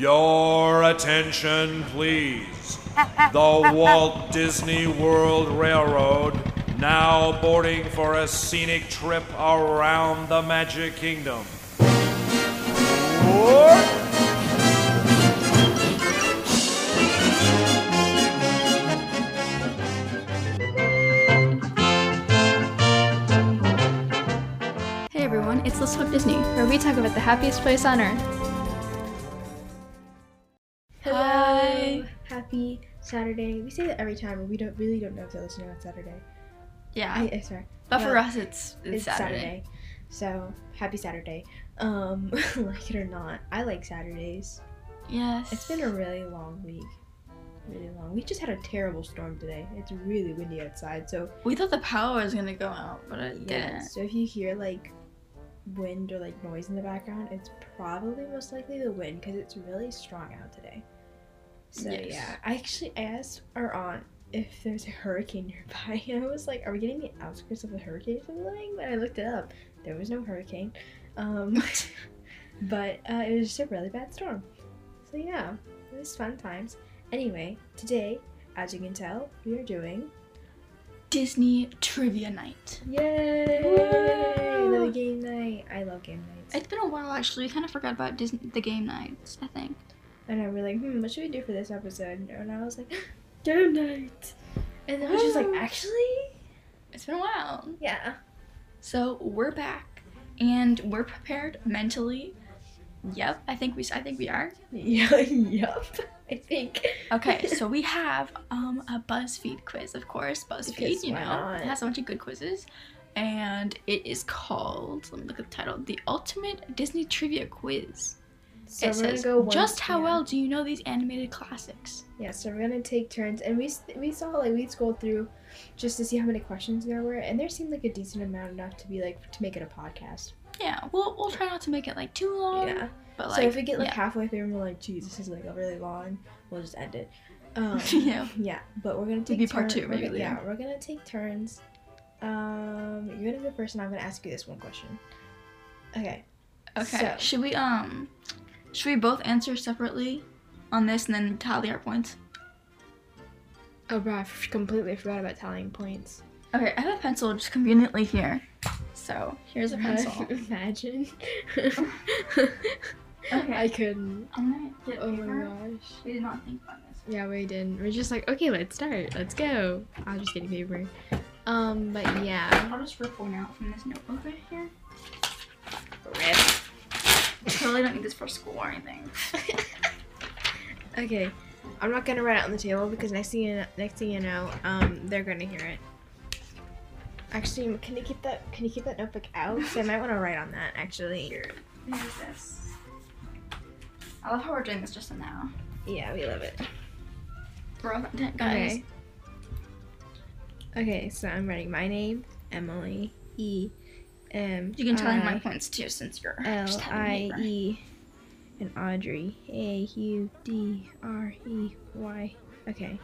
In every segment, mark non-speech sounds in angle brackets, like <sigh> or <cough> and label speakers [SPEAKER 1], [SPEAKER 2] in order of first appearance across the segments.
[SPEAKER 1] Your attention, please. The Walt Disney World Railroad now boarding for a scenic trip around the Magic Kingdom.
[SPEAKER 2] Hey everyone, it's Let's Talk Disney, where we talk about the happiest place on earth.
[SPEAKER 3] Hello.
[SPEAKER 2] Hi.
[SPEAKER 3] Happy Saturday. We say that every time, but we don't really don't know if they're listening on Saturday.
[SPEAKER 2] Yeah,
[SPEAKER 3] I, I sorry.
[SPEAKER 2] but for
[SPEAKER 3] yeah,
[SPEAKER 2] us, it's it's,
[SPEAKER 3] it's
[SPEAKER 2] Saturday.
[SPEAKER 3] Saturday. So happy Saturday. Um, <laughs> like it or not, I like Saturdays.
[SPEAKER 2] Yes,
[SPEAKER 3] It's been a really long week. Really long. We just had a terrible storm today. It's really windy outside. So
[SPEAKER 2] we thought the power was gonna go out, but it
[SPEAKER 3] yeah. So if you hear like wind or like noise in the background, it's probably most likely the wind because it's really strong out today. So
[SPEAKER 2] Yes.
[SPEAKER 3] yeah, I actually asked our aunt if there's a hurricane nearby, <laughs> and I was like, "Are we getting the outskirts of a hurricane or something?" But I looked it up. There was no hurricane,
[SPEAKER 2] <laughs>
[SPEAKER 3] um, but uh, it was just a really bad storm. So yeah, it was fun times. Anyway, today, as you can tell, we are doing
[SPEAKER 2] didn't. Disney trivia night.
[SPEAKER 3] Yay!
[SPEAKER 2] Woo!
[SPEAKER 3] Another game night. I love game nights.
[SPEAKER 2] It's been a while actually. We kind of forgot about Disney the game nights. I think.
[SPEAKER 3] and I were like, hmm, what should we do for this episode? And I was like, <gasps> game night. And then I
[SPEAKER 2] <gasps>
[SPEAKER 3] was just like,
[SPEAKER 2] Woo!
[SPEAKER 3] actually,
[SPEAKER 2] It's been a while.
[SPEAKER 3] yeah.
[SPEAKER 2] So we're back, and we're prepared mentally. Yep, I think we s- I think we are.
[SPEAKER 3] Yeah. <laughs> yup. I think. <laughs>
[SPEAKER 2] Okay, so we have um, a BuzzFeed quiz, of course. BuzzFeed,
[SPEAKER 3] Because
[SPEAKER 2] you know,
[SPEAKER 3] why not?
[SPEAKER 2] it has a bunch of good quizzes. And it is called, let me look at the title, The Ultimate Disney Trivia Quiz.
[SPEAKER 3] So
[SPEAKER 2] it
[SPEAKER 3] we're gonna
[SPEAKER 2] says,
[SPEAKER 3] go one-
[SPEAKER 2] just how
[SPEAKER 3] yeah.
[SPEAKER 2] well do you know these animated classics?
[SPEAKER 3] Yeah. So we're gonna take turns, and we s- we saw like we scrolled through, just to see how many questions there were, and there seemed like a decent amount enough to be like to make it a podcast.
[SPEAKER 2] Yeah, we'll, we'll try not to make it like too long.
[SPEAKER 3] yeah.
[SPEAKER 2] But
[SPEAKER 3] so
[SPEAKER 2] like,
[SPEAKER 3] if we get like
[SPEAKER 2] yeah.
[SPEAKER 3] halfway through and we're like, geez, this is like a really long, we'll just end it. <laughs> Um,
[SPEAKER 2] <laughs> yeah.
[SPEAKER 3] Yeah, but we're gonna take
[SPEAKER 2] Maybe part
[SPEAKER 3] turn-
[SPEAKER 2] two,
[SPEAKER 3] we're
[SPEAKER 2] maybe
[SPEAKER 3] gonna- yeah,
[SPEAKER 2] later.
[SPEAKER 3] we're gonna take turns. Um, you're gonna go first, and I'm gonna ask you this one question. Okay.
[SPEAKER 2] Okay.
[SPEAKER 3] So-
[SPEAKER 2] Should we um should we both answer separately on this and then tally our points?
[SPEAKER 3] Oh, bro, I f- completely forgot about tallying points.
[SPEAKER 2] Okay, I have a pencil just conveniently here. So
[SPEAKER 3] <laughs>
[SPEAKER 2] here's a pencil.
[SPEAKER 3] Imagine. <laughs>
[SPEAKER 2] Okay.
[SPEAKER 3] I couldn't.
[SPEAKER 2] I'm gonna get
[SPEAKER 3] Oh
[SPEAKER 2] paper.
[SPEAKER 3] my gosh.
[SPEAKER 2] We did not think about this.
[SPEAKER 3] Yeah, we didn't. We're just like, okay, let's start. Let's go. I was just getting paper. Um, but yeah.
[SPEAKER 2] I'll just rip one out from this notebook right here. Rip. Totally don't need this for school or anything.
[SPEAKER 3] <laughs> Okay. I'm not gonna write it on the table because next thing you next thing you know, um, they're gonna hear it. Actually, can you keep that can you keep that notebook out? 'Cause I might want to write on that actually.
[SPEAKER 2] Here's this. I love how we're doing this just now.
[SPEAKER 3] Yeah, we love it.
[SPEAKER 2] We're all guys.
[SPEAKER 3] Okay. Okay, so I'm writing my name, Emily E, M.
[SPEAKER 2] You can tally my
[SPEAKER 3] I-
[SPEAKER 2] points too since you're
[SPEAKER 3] L
[SPEAKER 2] just having
[SPEAKER 3] I
[SPEAKER 2] paper.
[SPEAKER 3] E and Audrey A U D R E Y. Okay.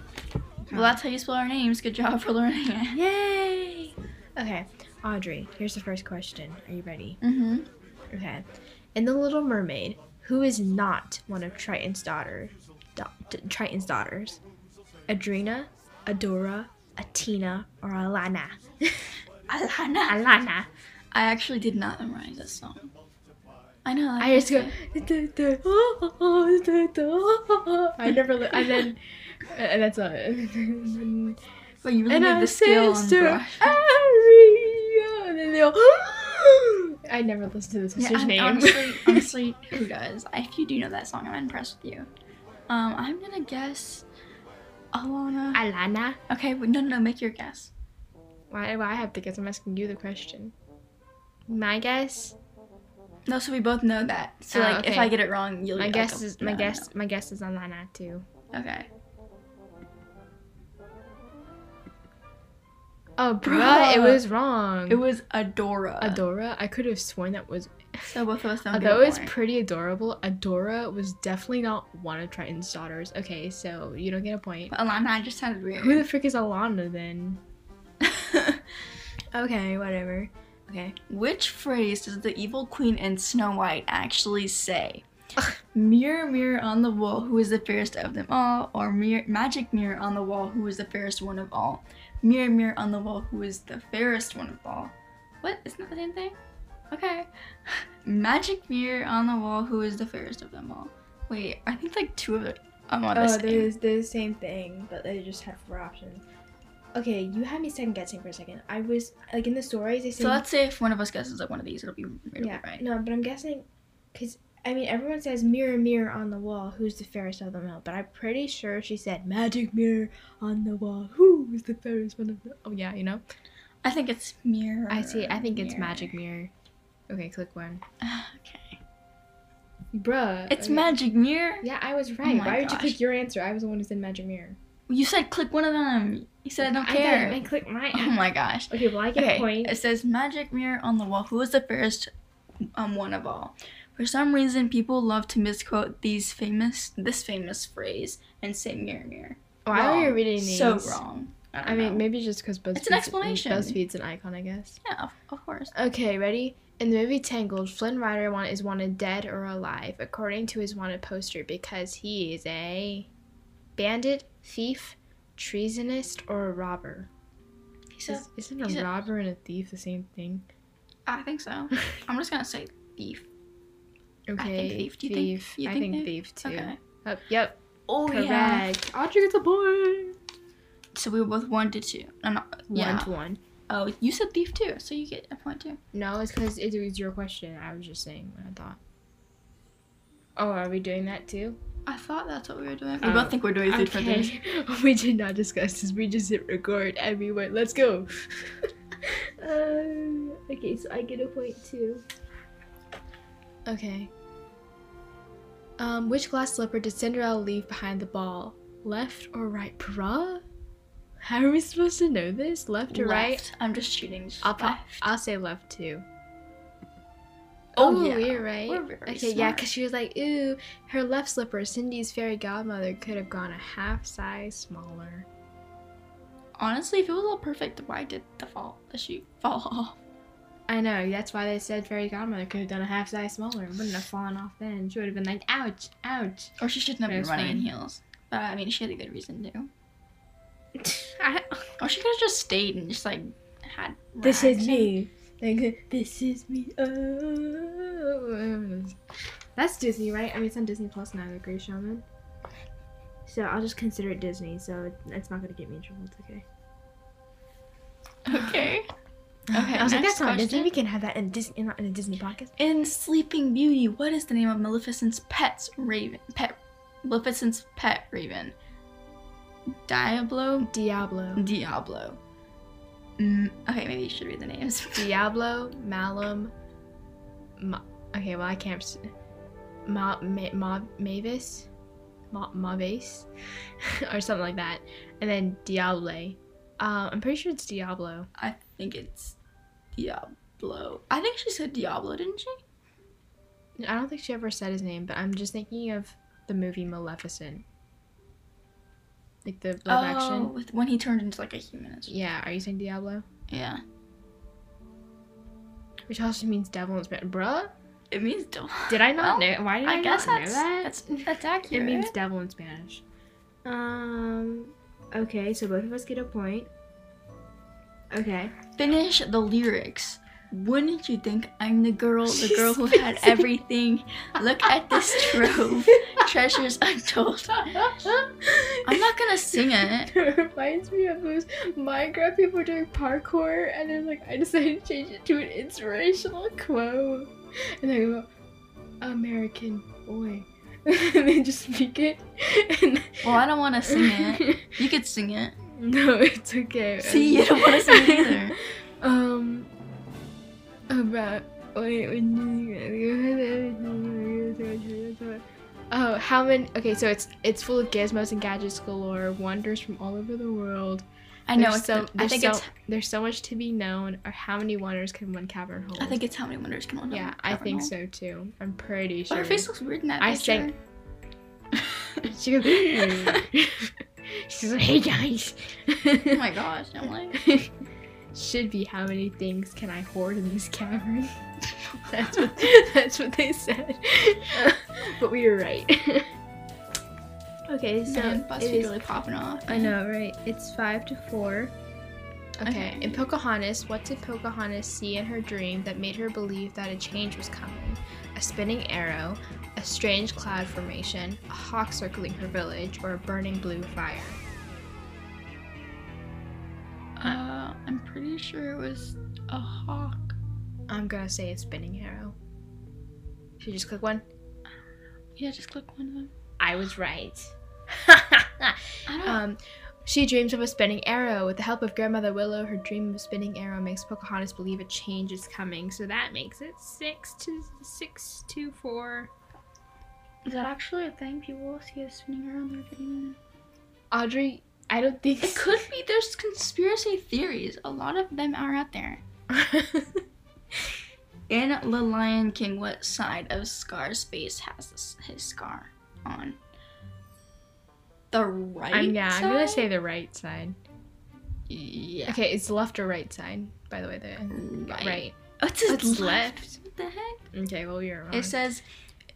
[SPEAKER 2] Well, that's how you spell our names. Good job for learning it.
[SPEAKER 3] Yay! Okay, Audrey, here's the first question. Are you ready?
[SPEAKER 2] Mm-hmm.
[SPEAKER 3] Okay. In The Little Mermaid, who is not one of Triton's daughter, da- t- Triton's daughters? Adrena, Adora, Atina, or Alana? <laughs>
[SPEAKER 2] Alana.
[SPEAKER 3] Alana.
[SPEAKER 2] I actually did not memorize this song. I know. like
[SPEAKER 3] I just go. <laughs>
[SPEAKER 2] said.
[SPEAKER 3] oh, I never. Li- and then, and that's all. <laughs> and
[SPEAKER 2] But you really need
[SPEAKER 3] our
[SPEAKER 2] the skill and
[SPEAKER 3] sister
[SPEAKER 2] brush.
[SPEAKER 3] Aria. And then they all. <gasps> I never listened to the
[SPEAKER 2] Yeah,
[SPEAKER 3] sister's
[SPEAKER 2] I'm-
[SPEAKER 3] name. <laughs>
[SPEAKER 2] Honestly, honestly, who does? If you do know that song, I'm impressed with you. Um, I'm gonna guess Alana.
[SPEAKER 3] Alana.
[SPEAKER 2] Okay, wait, no, no, no, make your guess.
[SPEAKER 3] Why do I have to guess? I'm asking you the question. My guess,
[SPEAKER 2] No, so we both know that. So
[SPEAKER 3] Oh,
[SPEAKER 2] like, if
[SPEAKER 3] okay.
[SPEAKER 2] I get it wrong, you'll.
[SPEAKER 3] my
[SPEAKER 2] like, "Oh,
[SPEAKER 3] guess
[SPEAKER 2] a-
[SPEAKER 3] is my
[SPEAKER 2] no,
[SPEAKER 3] guess, my guess is on Lana too.
[SPEAKER 2] no. Okay.
[SPEAKER 3] Oh, bro, it
[SPEAKER 2] Bruh.
[SPEAKER 3] was wrong.
[SPEAKER 2] It was Adora.
[SPEAKER 3] Adora. I could have sworn that was.
[SPEAKER 2] So both of us know.
[SPEAKER 3] Although it's pretty adorable, Adora was definitely not one of Triton's daughters. Okay, so you don't get a point.
[SPEAKER 2] Alana. I just sounded
[SPEAKER 3] Who the
[SPEAKER 2] weird.
[SPEAKER 3] frick is Alana then?
[SPEAKER 2] <laughs>
[SPEAKER 3] Okay, whatever. Okay.
[SPEAKER 2] Which phrase does the evil queen in Snow White actually say? Mirror, mirror on the wall, who is the fairest of them all? Or mirror, magic mirror on the wall, who is the fairest one of all? Mirror, mirror on the wall, who is the fairest one of all? What? Isn't that the same thing? Okay. <laughs> Magic mirror on the wall, who is the fairest of them all? Wait, I think like two of them are on the
[SPEAKER 4] Oh,
[SPEAKER 2] same.
[SPEAKER 4] they're, they're the same thing, but they just have four options. Okay, you had me second guessing for a second. I was like in the stories they said.
[SPEAKER 2] So let's say if one of us guesses like one of these, it'll be right
[SPEAKER 4] yeah,
[SPEAKER 2] away, right?
[SPEAKER 4] no, but I'm guessing because I mean everyone says mirror, mirror on the wall, who's the fairest of them all? But I'm pretty sure she said magic mirror on the wall, who is the fairest one of them? Oh yeah, you know.
[SPEAKER 2] I think it's mirror.
[SPEAKER 4] I see. I think it's
[SPEAKER 2] mirror.
[SPEAKER 4] magic mirror. Okay, click <sighs> one.
[SPEAKER 2] okay.
[SPEAKER 4] Bruh,
[SPEAKER 2] It's
[SPEAKER 4] okay.
[SPEAKER 2] magic mirror.
[SPEAKER 4] Yeah, I was right.
[SPEAKER 2] my
[SPEAKER 4] Why would you
[SPEAKER 2] gosh.
[SPEAKER 4] click your answer? I was the one who said magic mirror.
[SPEAKER 2] You said click one of them. You said I don't
[SPEAKER 4] did,
[SPEAKER 2] care.
[SPEAKER 4] I clicked my.
[SPEAKER 2] oh my gosh.
[SPEAKER 4] Okay, well I get
[SPEAKER 2] Okay.
[SPEAKER 4] a point.
[SPEAKER 2] It says magic mirror on the wall. Who is the fairest um one of all? For some reason, people love to misquote these famous this famous phrase and say mirror mirror.
[SPEAKER 3] Why
[SPEAKER 2] wrong.
[SPEAKER 3] are you reading these?
[SPEAKER 2] So wrong. I, don't
[SPEAKER 3] I mean,
[SPEAKER 2] know.
[SPEAKER 3] maybe just because BuzzFeed's
[SPEAKER 2] It's an explanation.
[SPEAKER 3] BuzzFeed's an icon, I guess.
[SPEAKER 2] yeah, of, of course.
[SPEAKER 3] Okay, ready? In the movie Tangled, Flynn Rider want- is wanted dead or alive, according to his wanted poster, because he is a bandit, thief, treasonist, or a robber.
[SPEAKER 2] He said,
[SPEAKER 3] Is, isn't a
[SPEAKER 2] he's a-
[SPEAKER 3] robber and a thief the same
[SPEAKER 2] <laughs>
[SPEAKER 3] thing? <laughs>
[SPEAKER 2] I think so. I'm just gonna say thief.
[SPEAKER 3] Okay,
[SPEAKER 2] thief. Do you think- you
[SPEAKER 3] I
[SPEAKER 2] think
[SPEAKER 3] think,
[SPEAKER 2] thief?
[SPEAKER 3] thief, too.
[SPEAKER 2] Okay.
[SPEAKER 3] Oh, yep,
[SPEAKER 2] Oh
[SPEAKER 3] correct. Audrey gets a point.
[SPEAKER 2] So we were both one to two. I'm not.
[SPEAKER 3] One
[SPEAKER 2] Yeah.
[SPEAKER 3] to one.
[SPEAKER 2] Oh, you said thief too, so you get a point too.
[SPEAKER 3] No, it's because it was your question. I was just saying what I thought. Oh, are we doing that too?
[SPEAKER 2] I thought that's what we were doing. We
[SPEAKER 3] Oh,
[SPEAKER 2] both think we're doing food for things.
[SPEAKER 3] Okay. <laughs> we did not discuss this. We just hit record and we went, let's go.
[SPEAKER 4] <laughs> Um, okay, so I get a point too.
[SPEAKER 3] Okay. Um, which glass slipper did Cinderella leave behind the ball? Left or right, bruh? How are we supposed to know this? Left or right?
[SPEAKER 2] Left. I'm just cheating. Just
[SPEAKER 3] I'll, pro-
[SPEAKER 2] left.
[SPEAKER 3] I'll say left too.
[SPEAKER 2] Oh,
[SPEAKER 3] Ooh,
[SPEAKER 2] yeah.
[SPEAKER 3] you're right.
[SPEAKER 2] We're very
[SPEAKER 3] okay, yeah,
[SPEAKER 2] smart.
[SPEAKER 3] because she was like, ooh, her left slipper, Cindy's fairy godmother, could have gone a half size smaller.
[SPEAKER 2] Honestly, if it was all perfect, why did the fall the shoe fall off? <laughs>
[SPEAKER 3] I know. That's why they said fairy godmother could have done a half size smaller. It Wouldn't have fallen off then. She would have been like, ouch, ouch.
[SPEAKER 2] Or she shouldn't have
[SPEAKER 3] It
[SPEAKER 2] been
[SPEAKER 3] was
[SPEAKER 2] running in
[SPEAKER 3] fine.
[SPEAKER 2] heels. But I mean, she had a good reason
[SPEAKER 3] <laughs>
[SPEAKER 2] to.
[SPEAKER 3] I,
[SPEAKER 2] <laughs> Or she could have just stayed and just like had.
[SPEAKER 4] This is
[SPEAKER 2] rags and-
[SPEAKER 4] me. Like, this is me.
[SPEAKER 3] oh. That's Disney, right? I mean, it's on Disney Plus now. The Grey Shaman.
[SPEAKER 4] So I'll just consider it Disney, so it's not gonna get me in trouble. It's okay.
[SPEAKER 2] <laughs> Okay. Okay.
[SPEAKER 3] I was like,
[SPEAKER 2] next
[SPEAKER 3] that's not Disney.
[SPEAKER 2] question.
[SPEAKER 3] We can have that in Disney, not in a Disney podcast.
[SPEAKER 2] In Sleeping Beauty, what is the name of Maleficent's pet's raven? Pet Maleficent's pet raven. Diablo.
[SPEAKER 3] Diablo,
[SPEAKER 2] Diablo. Mm, okay, maybe you should read the names. <laughs>
[SPEAKER 3] Diablo, Malum. Ma- okay, well I can't. s- Ma- Ma- Ma- Mavis, Ma- Mavis, <laughs> or something like that, and then Diable. Um, I'm pretty sure it's Diablo.
[SPEAKER 2] I think it's Diablo. I think she said Diablo, didn't she?
[SPEAKER 3] I don't think she ever said his name, but I'm just thinking of the movie Maleficent. Like the live action.
[SPEAKER 2] Oh, with when he turned into like a human. and stuff.
[SPEAKER 3] Yeah, are you saying Diablo?
[SPEAKER 2] Yeah.
[SPEAKER 3] Which also means devil in Spanish. Bruh?
[SPEAKER 2] It means <laughs> devil.
[SPEAKER 3] Did I
[SPEAKER 2] Well,
[SPEAKER 3] not know? Why did Oh, I,
[SPEAKER 2] I guess
[SPEAKER 3] not
[SPEAKER 2] that's
[SPEAKER 3] know that? <laughs>
[SPEAKER 2] that's that's accurate.
[SPEAKER 3] it means devil in Spanish.
[SPEAKER 4] Um. Okay, so both of us get a point.
[SPEAKER 3] <laughs>
[SPEAKER 4] Okay.
[SPEAKER 2] finish the lyrics. Wouldn't you think I'm the girl, the
[SPEAKER 3] <laughs> She's
[SPEAKER 2] girl who had
[SPEAKER 3] busy.
[SPEAKER 2] everything? Look at this
[SPEAKER 3] <laughs>
[SPEAKER 2] trove, treasures untold. I'm not gonna sing it.
[SPEAKER 3] <laughs> It reminds me of those Minecraft people doing parkour, and then like I decided to change it to an inspirational quote, and they go, "American boy," <laughs> and they just speak it. <laughs> And
[SPEAKER 2] Well, I don't want to sing it.
[SPEAKER 3] <laughs>
[SPEAKER 2] You could sing it.
[SPEAKER 3] no, it's okay.
[SPEAKER 2] See, you don't want to sing it either.
[SPEAKER 3] <laughs> Um, about wait, when- oh, how many? Okay, so it's it's full of gizmos and gadgets galore, wonders from all over the world.
[SPEAKER 2] I know.
[SPEAKER 3] There's
[SPEAKER 2] It's so, I
[SPEAKER 3] there's
[SPEAKER 2] think
[SPEAKER 3] so,
[SPEAKER 2] it's.
[SPEAKER 3] there's so much to be known. Or how many wonders can one cavern hold?
[SPEAKER 2] I think it's how many wonders can one
[SPEAKER 3] yeah,
[SPEAKER 2] Know?
[SPEAKER 3] I
[SPEAKER 2] Never
[SPEAKER 3] think
[SPEAKER 2] know.
[SPEAKER 3] so too. I'm pretty
[SPEAKER 2] But
[SPEAKER 3] sure.
[SPEAKER 2] her face looks weird in that
[SPEAKER 3] I
[SPEAKER 2] picture.
[SPEAKER 3] sang- she
[SPEAKER 2] <laughs>
[SPEAKER 3] goes. "Hmm." <laughs> She's like, hey guys.
[SPEAKER 2] Oh my Oh gosh! I'm like,
[SPEAKER 3] She's <laughs> should be how many things can I hoard in this cavern? <laughs> that's <laughs> what that's what they said. <laughs> but we were right. <laughs> okay, so
[SPEAKER 2] Man,
[SPEAKER 3] it
[SPEAKER 2] BuzzFeed
[SPEAKER 3] is
[SPEAKER 2] really popping off.
[SPEAKER 3] I know, right? It's five to four. Okay.
[SPEAKER 2] Okay.
[SPEAKER 3] In Pocahontas, what did Pocahontas see in her dream that made her believe that a change was coming? A spinning arrow, a strange cloud formation, a hawk circling her village, or a burning blue fire?
[SPEAKER 2] Uh, I'm pretty sure it was a hawk.
[SPEAKER 3] I'm gonna say a spinning arrow. Should you just click one?
[SPEAKER 2] Yeah, just click one of them.
[SPEAKER 3] I
[SPEAKER 2] <laughs>
[SPEAKER 3] was right.
[SPEAKER 2] I don't.
[SPEAKER 3] <laughs> um, she dreams of a spinning arrow. With the help of Grandmother Willow, her dream of a spinning arrow makes Pocahontas believe a change is coming. So that makes it six to six to four.
[SPEAKER 2] is that actually a thing? People see us spinning around their video.
[SPEAKER 3] Audrey, I don't think.
[SPEAKER 2] It could be. There's conspiracy theories. A lot of them are out there. In The Lion King, what side of Scar's face has this, his scar on? The right.
[SPEAKER 3] <laughs> I'm, yeah, I'm gonna
[SPEAKER 2] side?
[SPEAKER 3] say the right side.
[SPEAKER 2] Yeah.
[SPEAKER 3] Okay, it's left or right side. By the way, the
[SPEAKER 2] Right.
[SPEAKER 3] right.
[SPEAKER 2] What's his
[SPEAKER 3] What's
[SPEAKER 2] left? What the heck?
[SPEAKER 3] Okay, well you're wrong.
[SPEAKER 2] It says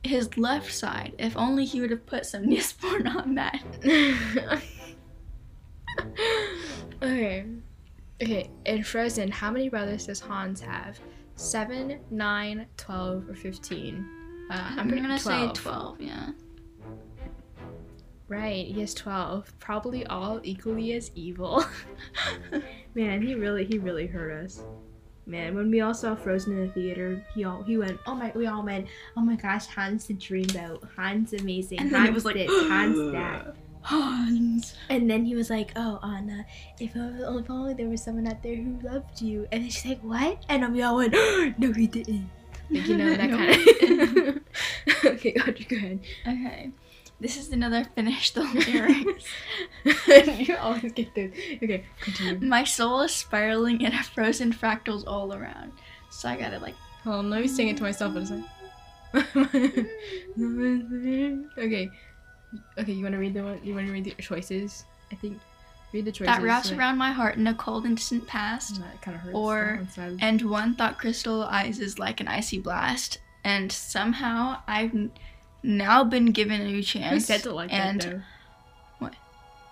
[SPEAKER 2] his left side. If only he would have put some <laughs> Nisporn on that.
[SPEAKER 3] <laughs> okay. Okay, in Frozen, how many brothers does Hans have? Seven, nine, twelve, or 15? Uh,
[SPEAKER 2] I'm gonna say 12, yeah.
[SPEAKER 3] Right, he has 12. Probably all equally as evil. <laughs>
[SPEAKER 4] Man, he really he really hurt us. Man, when we all saw Frozen in the theater, he all he went, oh my, we all went, oh my gosh, Hans the Dreamboat, Hans amazing,
[SPEAKER 2] And then
[SPEAKER 4] Hans
[SPEAKER 2] it was like,
[SPEAKER 4] this, Hans
[SPEAKER 3] <gasps>
[SPEAKER 4] that. <laughs>
[SPEAKER 2] Hans.
[SPEAKER 4] And then he was like, "Oh, Anna, if, o- if only there was someone out there who loved you." And then she's like, "What?" And we all went, "No, he didn't."
[SPEAKER 3] Like, you <laughs> know, that
[SPEAKER 2] No.
[SPEAKER 3] kind of. <laughs> okay, Audrey, go ahead.
[SPEAKER 2] Okay. This is another <laughs> finished the lyrics.
[SPEAKER 3] <laughs> you always get this. Okay, continue.
[SPEAKER 2] My soul is spiraling in a frozen fractals all around. So I gotta like
[SPEAKER 3] Hold on, let me sing it to myself in a second. <laughs> okay. Okay, you wanna read the one you wanna read the choices? I think read the choices.
[SPEAKER 2] that wraps
[SPEAKER 3] like-
[SPEAKER 2] around my heart in a cold and distant
[SPEAKER 3] Oh,
[SPEAKER 2] past.
[SPEAKER 3] That kind of hurts.
[SPEAKER 2] or-
[SPEAKER 3] that one side.
[SPEAKER 2] And one thought crystallizes like an icy blast. And somehow I've n- now been given a new
[SPEAKER 3] Who
[SPEAKER 2] chance.
[SPEAKER 3] said it like
[SPEAKER 2] and,
[SPEAKER 3] that though?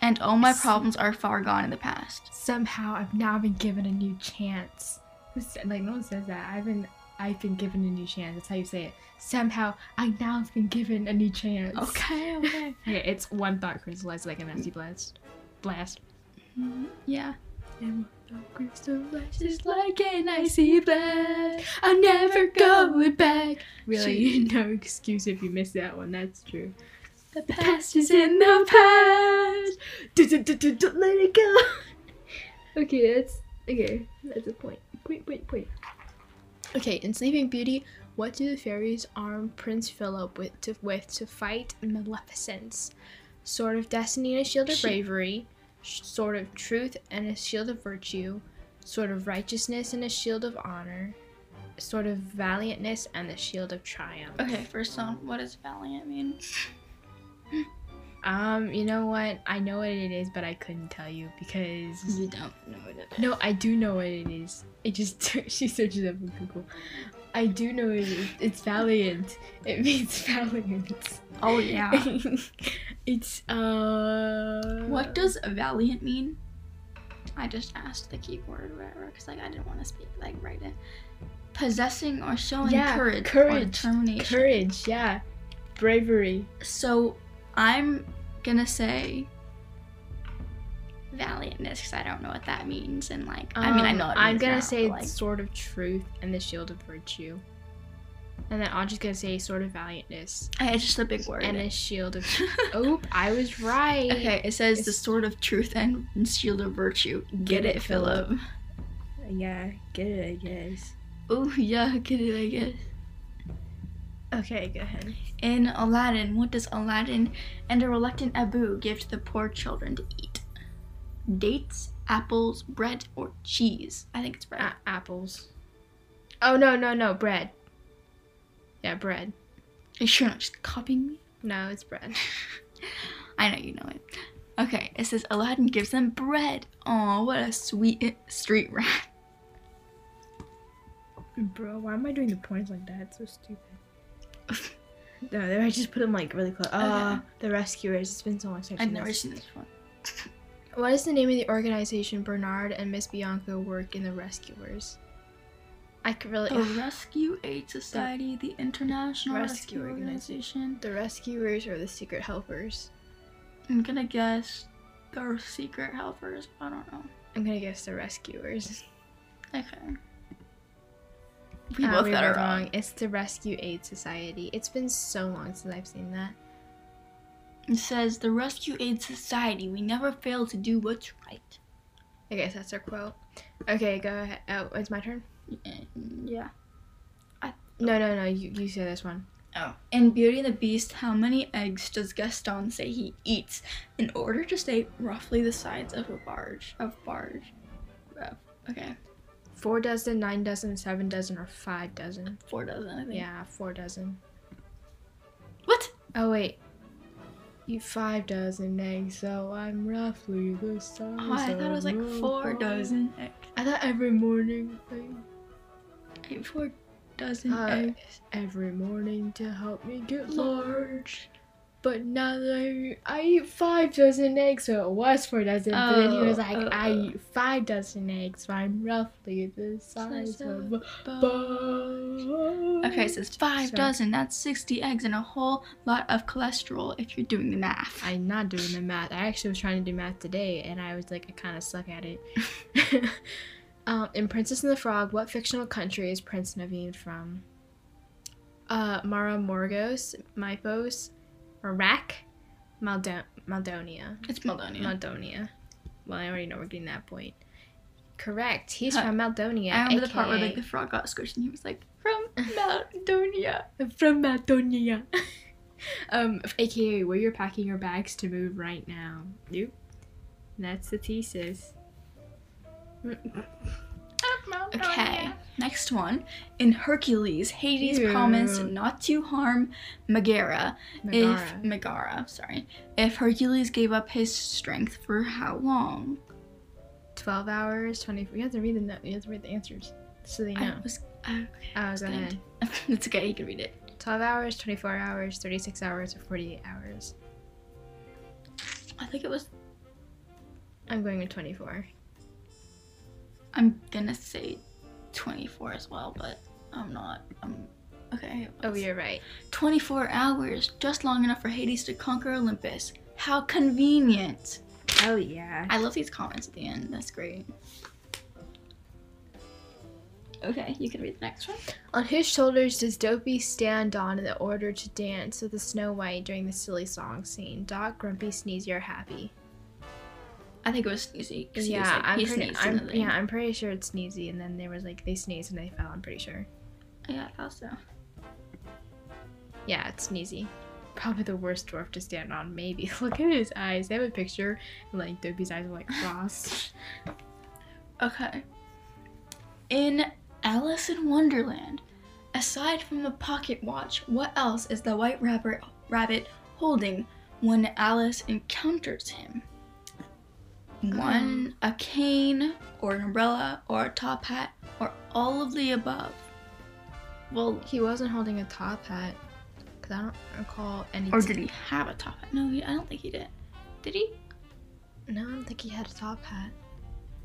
[SPEAKER 2] and all my
[SPEAKER 3] Yes.
[SPEAKER 2] problems are far gone in the past.
[SPEAKER 3] Somehow I've now been given a new chance. Who said like no one says that. I've been I've been given a new chance. That's how you say it. Somehow I now have been given a new chance.
[SPEAKER 2] Okay,
[SPEAKER 3] <laughs>
[SPEAKER 2] okay.
[SPEAKER 3] Okay, it's one thought crystallized like a nasty blast. Blast.
[SPEAKER 2] Mm, yeah.
[SPEAKER 3] And one thought crystallized
[SPEAKER 2] Just like an icy blast, I'm never going back.
[SPEAKER 3] Really, no excuse if you miss that one. That's true.
[SPEAKER 2] The past is in the past.
[SPEAKER 4] Don't let it go.
[SPEAKER 3] <laughs> Okay, that's okay.
[SPEAKER 4] That's a point. Point. Point. Point.
[SPEAKER 3] Okay, in Sleeping Beauty, what do the fairies arm Prince Philip with to, with to fight Maleficence? Sword of Destiny and a shield of
[SPEAKER 2] Shi-
[SPEAKER 3] bravery, sh- sword of truth and a shield of virtue, sword of righteousness and a shield of honor, sword of valiantness and the shield of triumph.
[SPEAKER 2] Okay, first off, what does valiant mean? <laughs>
[SPEAKER 3] Um, you know what? I know what it is, but I couldn't tell you because
[SPEAKER 2] <laughs> don't know what it
[SPEAKER 3] No, I do know what it is. It just <laughs> she searches up on Google. I do know it is. It's valiant. It means <laughs> valiant.
[SPEAKER 2] Oh yeah.
[SPEAKER 3] <laughs> it's uh.
[SPEAKER 2] <laughs> what does valiant mean? I just asked the keyboard or whatever because like I didn't want to speak like write it. Possessing or showing
[SPEAKER 3] Yeah,
[SPEAKER 2] courage, or
[SPEAKER 3] courage,
[SPEAKER 2] determination.
[SPEAKER 3] courage? Yeah, bravery.
[SPEAKER 2] So I'm gonna say valiantness because I don't know what that means and like I mean I
[SPEAKER 3] Um,
[SPEAKER 2] know. It
[SPEAKER 3] I'm
[SPEAKER 2] means
[SPEAKER 3] gonna
[SPEAKER 2] now,
[SPEAKER 3] say
[SPEAKER 2] but, like,
[SPEAKER 3] sword of truth and the shield of virtue. And then Audrey's gonna say sword of valiantness
[SPEAKER 2] I- it's just a big word. <laughs>
[SPEAKER 3] and a shield of. <laughs> oh, I was right.
[SPEAKER 2] Okay, it says the
[SPEAKER 3] It's-
[SPEAKER 2] sword of truth and shield of virtue. Get it, Philip.
[SPEAKER 4] Yeah, get it, I guess.
[SPEAKER 2] Oh yeah, <laughs> get it. I guess.
[SPEAKER 4] Okay, go ahead.
[SPEAKER 2] In Aladdin, what does Aladdin and a reluctant Abu give to the poor children to eat? Dates, apples, bread, or cheese? I think it's bread.
[SPEAKER 3] A- apples. Oh no no no bread. Yeah bread.
[SPEAKER 2] Are you sure you're not just copying me? <laughs>
[SPEAKER 3] No it's bread. <laughs>
[SPEAKER 2] I know you know it. Okay, it says Aladdin gives them bread. Oh, what a sweet street <laughs> rat.
[SPEAKER 4] Bro, why am I doing the points like that? It's so stupid.
[SPEAKER 2] <laughs>
[SPEAKER 4] no, then I just put them like really close. Uh, the rescuers. It's been so long since
[SPEAKER 2] I've
[SPEAKER 4] seen
[SPEAKER 2] never
[SPEAKER 4] this.
[SPEAKER 2] seen this one.
[SPEAKER 3] What is the name of the organization Bernard and Miss Bianca work in the Rescuers? I could really.
[SPEAKER 2] The Rescue Aid Society, the International Rescue,
[SPEAKER 4] Rescue
[SPEAKER 2] Organization.
[SPEAKER 3] <laughs> The Rescuers or the Secret Helpers?
[SPEAKER 2] I'm gonna guess they're secret helpers. I don't know.
[SPEAKER 3] I'm gonna guess the Rescuers.
[SPEAKER 2] Okay. <laughs> We
[SPEAKER 3] Ah,
[SPEAKER 2] both
[SPEAKER 3] we
[SPEAKER 2] got
[SPEAKER 3] were
[SPEAKER 2] it wrong.
[SPEAKER 3] It's the Rescue Aid Society. It's been so long since I've seen that.
[SPEAKER 2] It says the Rescue Aid Society. We never fail to do what's right.
[SPEAKER 3] I guess that's our quote. Okay, go ahead. Oh, it's my turn.
[SPEAKER 2] Y- Yeah.
[SPEAKER 3] No, no, no. You, you say this one.
[SPEAKER 2] Oh. In Beauty and the Beast, how many eggs does Gaston say he eats in order to stay roughly the size of a barge? Of barge. Uh, okay.
[SPEAKER 3] Four dozen, nine dozen, seven dozen, or five dozen.
[SPEAKER 2] Four dozen, I think.
[SPEAKER 3] Yeah, four dozen.
[SPEAKER 2] What?
[SPEAKER 3] Oh wait. You five dozen eggs, so I'm roughly the size.
[SPEAKER 2] Oh, I thought it was like
[SPEAKER 3] of a
[SPEAKER 2] four
[SPEAKER 3] barn.
[SPEAKER 2] dozen eggs.
[SPEAKER 3] I thought every morning, like,
[SPEAKER 2] Eight, four dozen
[SPEAKER 3] uh,
[SPEAKER 2] eggs.
[SPEAKER 3] every morning to help me get large.
[SPEAKER 2] Large.
[SPEAKER 3] But now that I, I eat five dozen eggs, so it was four dozen. but then he was
[SPEAKER 2] Oh,
[SPEAKER 3] like,
[SPEAKER 2] oh,
[SPEAKER 3] I
[SPEAKER 2] oh.
[SPEAKER 3] eat five dozen eggs, so I'm roughly the size,
[SPEAKER 2] Size of
[SPEAKER 3] of a barn.
[SPEAKER 2] Okay, so it's five
[SPEAKER 3] So-
[SPEAKER 2] dozen. That's 60 eggs and a whole lot of cholesterol if you're doing the math.
[SPEAKER 3] I'm not doing the math. I actually was trying to do math today, and I was like, I kind of suck
[SPEAKER 2] <laughs>
[SPEAKER 3] at it. um, in Princess and the Frog, what fictional country is Prince Naveen from? Uh, Mara Morgos, Mypos, Iraq, Maldo- Maldonia.
[SPEAKER 2] it's Melania.
[SPEAKER 3] Maldonia. Well, I already know we're getting that point. Correct. He's
[SPEAKER 2] Huh.
[SPEAKER 3] from Maldonia.
[SPEAKER 2] I remember the part where
[SPEAKER 3] aka
[SPEAKER 2] like the frog got squished and he was like, <laughs> from Macedonia.
[SPEAKER 3] from Maldonia. <laughs> um, aka where you're packing your bags to move right now. Yep. That's the thesis.
[SPEAKER 2] Okay, next one. In Hercules, Hades
[SPEAKER 3] Ew.
[SPEAKER 2] promised not to harm Megara if
[SPEAKER 3] Megara.
[SPEAKER 2] Megara, sorry, if Hercules gave up his strength for how long?
[SPEAKER 3] Twelve hours, twenty. You have to read the no- you have to read the answers so they know.
[SPEAKER 2] I was. I,
[SPEAKER 3] I was
[SPEAKER 2] gonna
[SPEAKER 3] ahead.
[SPEAKER 2] <laughs> it's okay, you can read it.
[SPEAKER 3] Twelve hours, twenty-four hours, thirty-six hours, or forty-eight hours.
[SPEAKER 2] I think it was.
[SPEAKER 3] I'm going with twenty-four.
[SPEAKER 2] I'm gonna say 24 as well, but I'm not. I'm okay. it
[SPEAKER 3] Oh,
[SPEAKER 2] was
[SPEAKER 3] you're right.
[SPEAKER 2] 24 hours, just long enough for Hades to conquer Olympus. How convenient!
[SPEAKER 4] Oh yeah.
[SPEAKER 2] I love these comments at the end. That's great. Okay, you can read the next one.
[SPEAKER 3] On whose shoulders does Dopey stand on in the order to dance with the Snow White during the silly song scene? Doc, Grumpy, Sneezy, or Happy?
[SPEAKER 2] I think it was Sneezy. 'cause he was
[SPEAKER 3] Yeah,
[SPEAKER 2] like-
[SPEAKER 3] I'm
[SPEAKER 2] he
[SPEAKER 3] pretty.
[SPEAKER 2] sneezed in the
[SPEAKER 3] I'm,
[SPEAKER 2] thing.
[SPEAKER 3] yeah, I'm pretty sure it's Sneezy, and then there was like they sneezed and they fell. I'm pretty sure.
[SPEAKER 2] yeah, I thought so.
[SPEAKER 3] Yeah, it's Sneezy. Probably the worst dwarf to stand on. Maybe <laughs> look at his eyes. They have a picture, and like Dopey's eyes are like
[SPEAKER 2] <laughs>
[SPEAKER 3] crossed.
[SPEAKER 2] Okay. In Alice in Wonderland, aside from the pocket watch, what else is the White Rabbit rabbit holding when Alice encounters him? Um. One, a cane, or an umbrella, or a top hat, or all of the above. Well,
[SPEAKER 3] he wasn't holding a top hat, cause I don't recall any.
[SPEAKER 2] Or did he have a top hat? No, he, I don't think he did. Did he?
[SPEAKER 3] No, I don't think he had a top hat.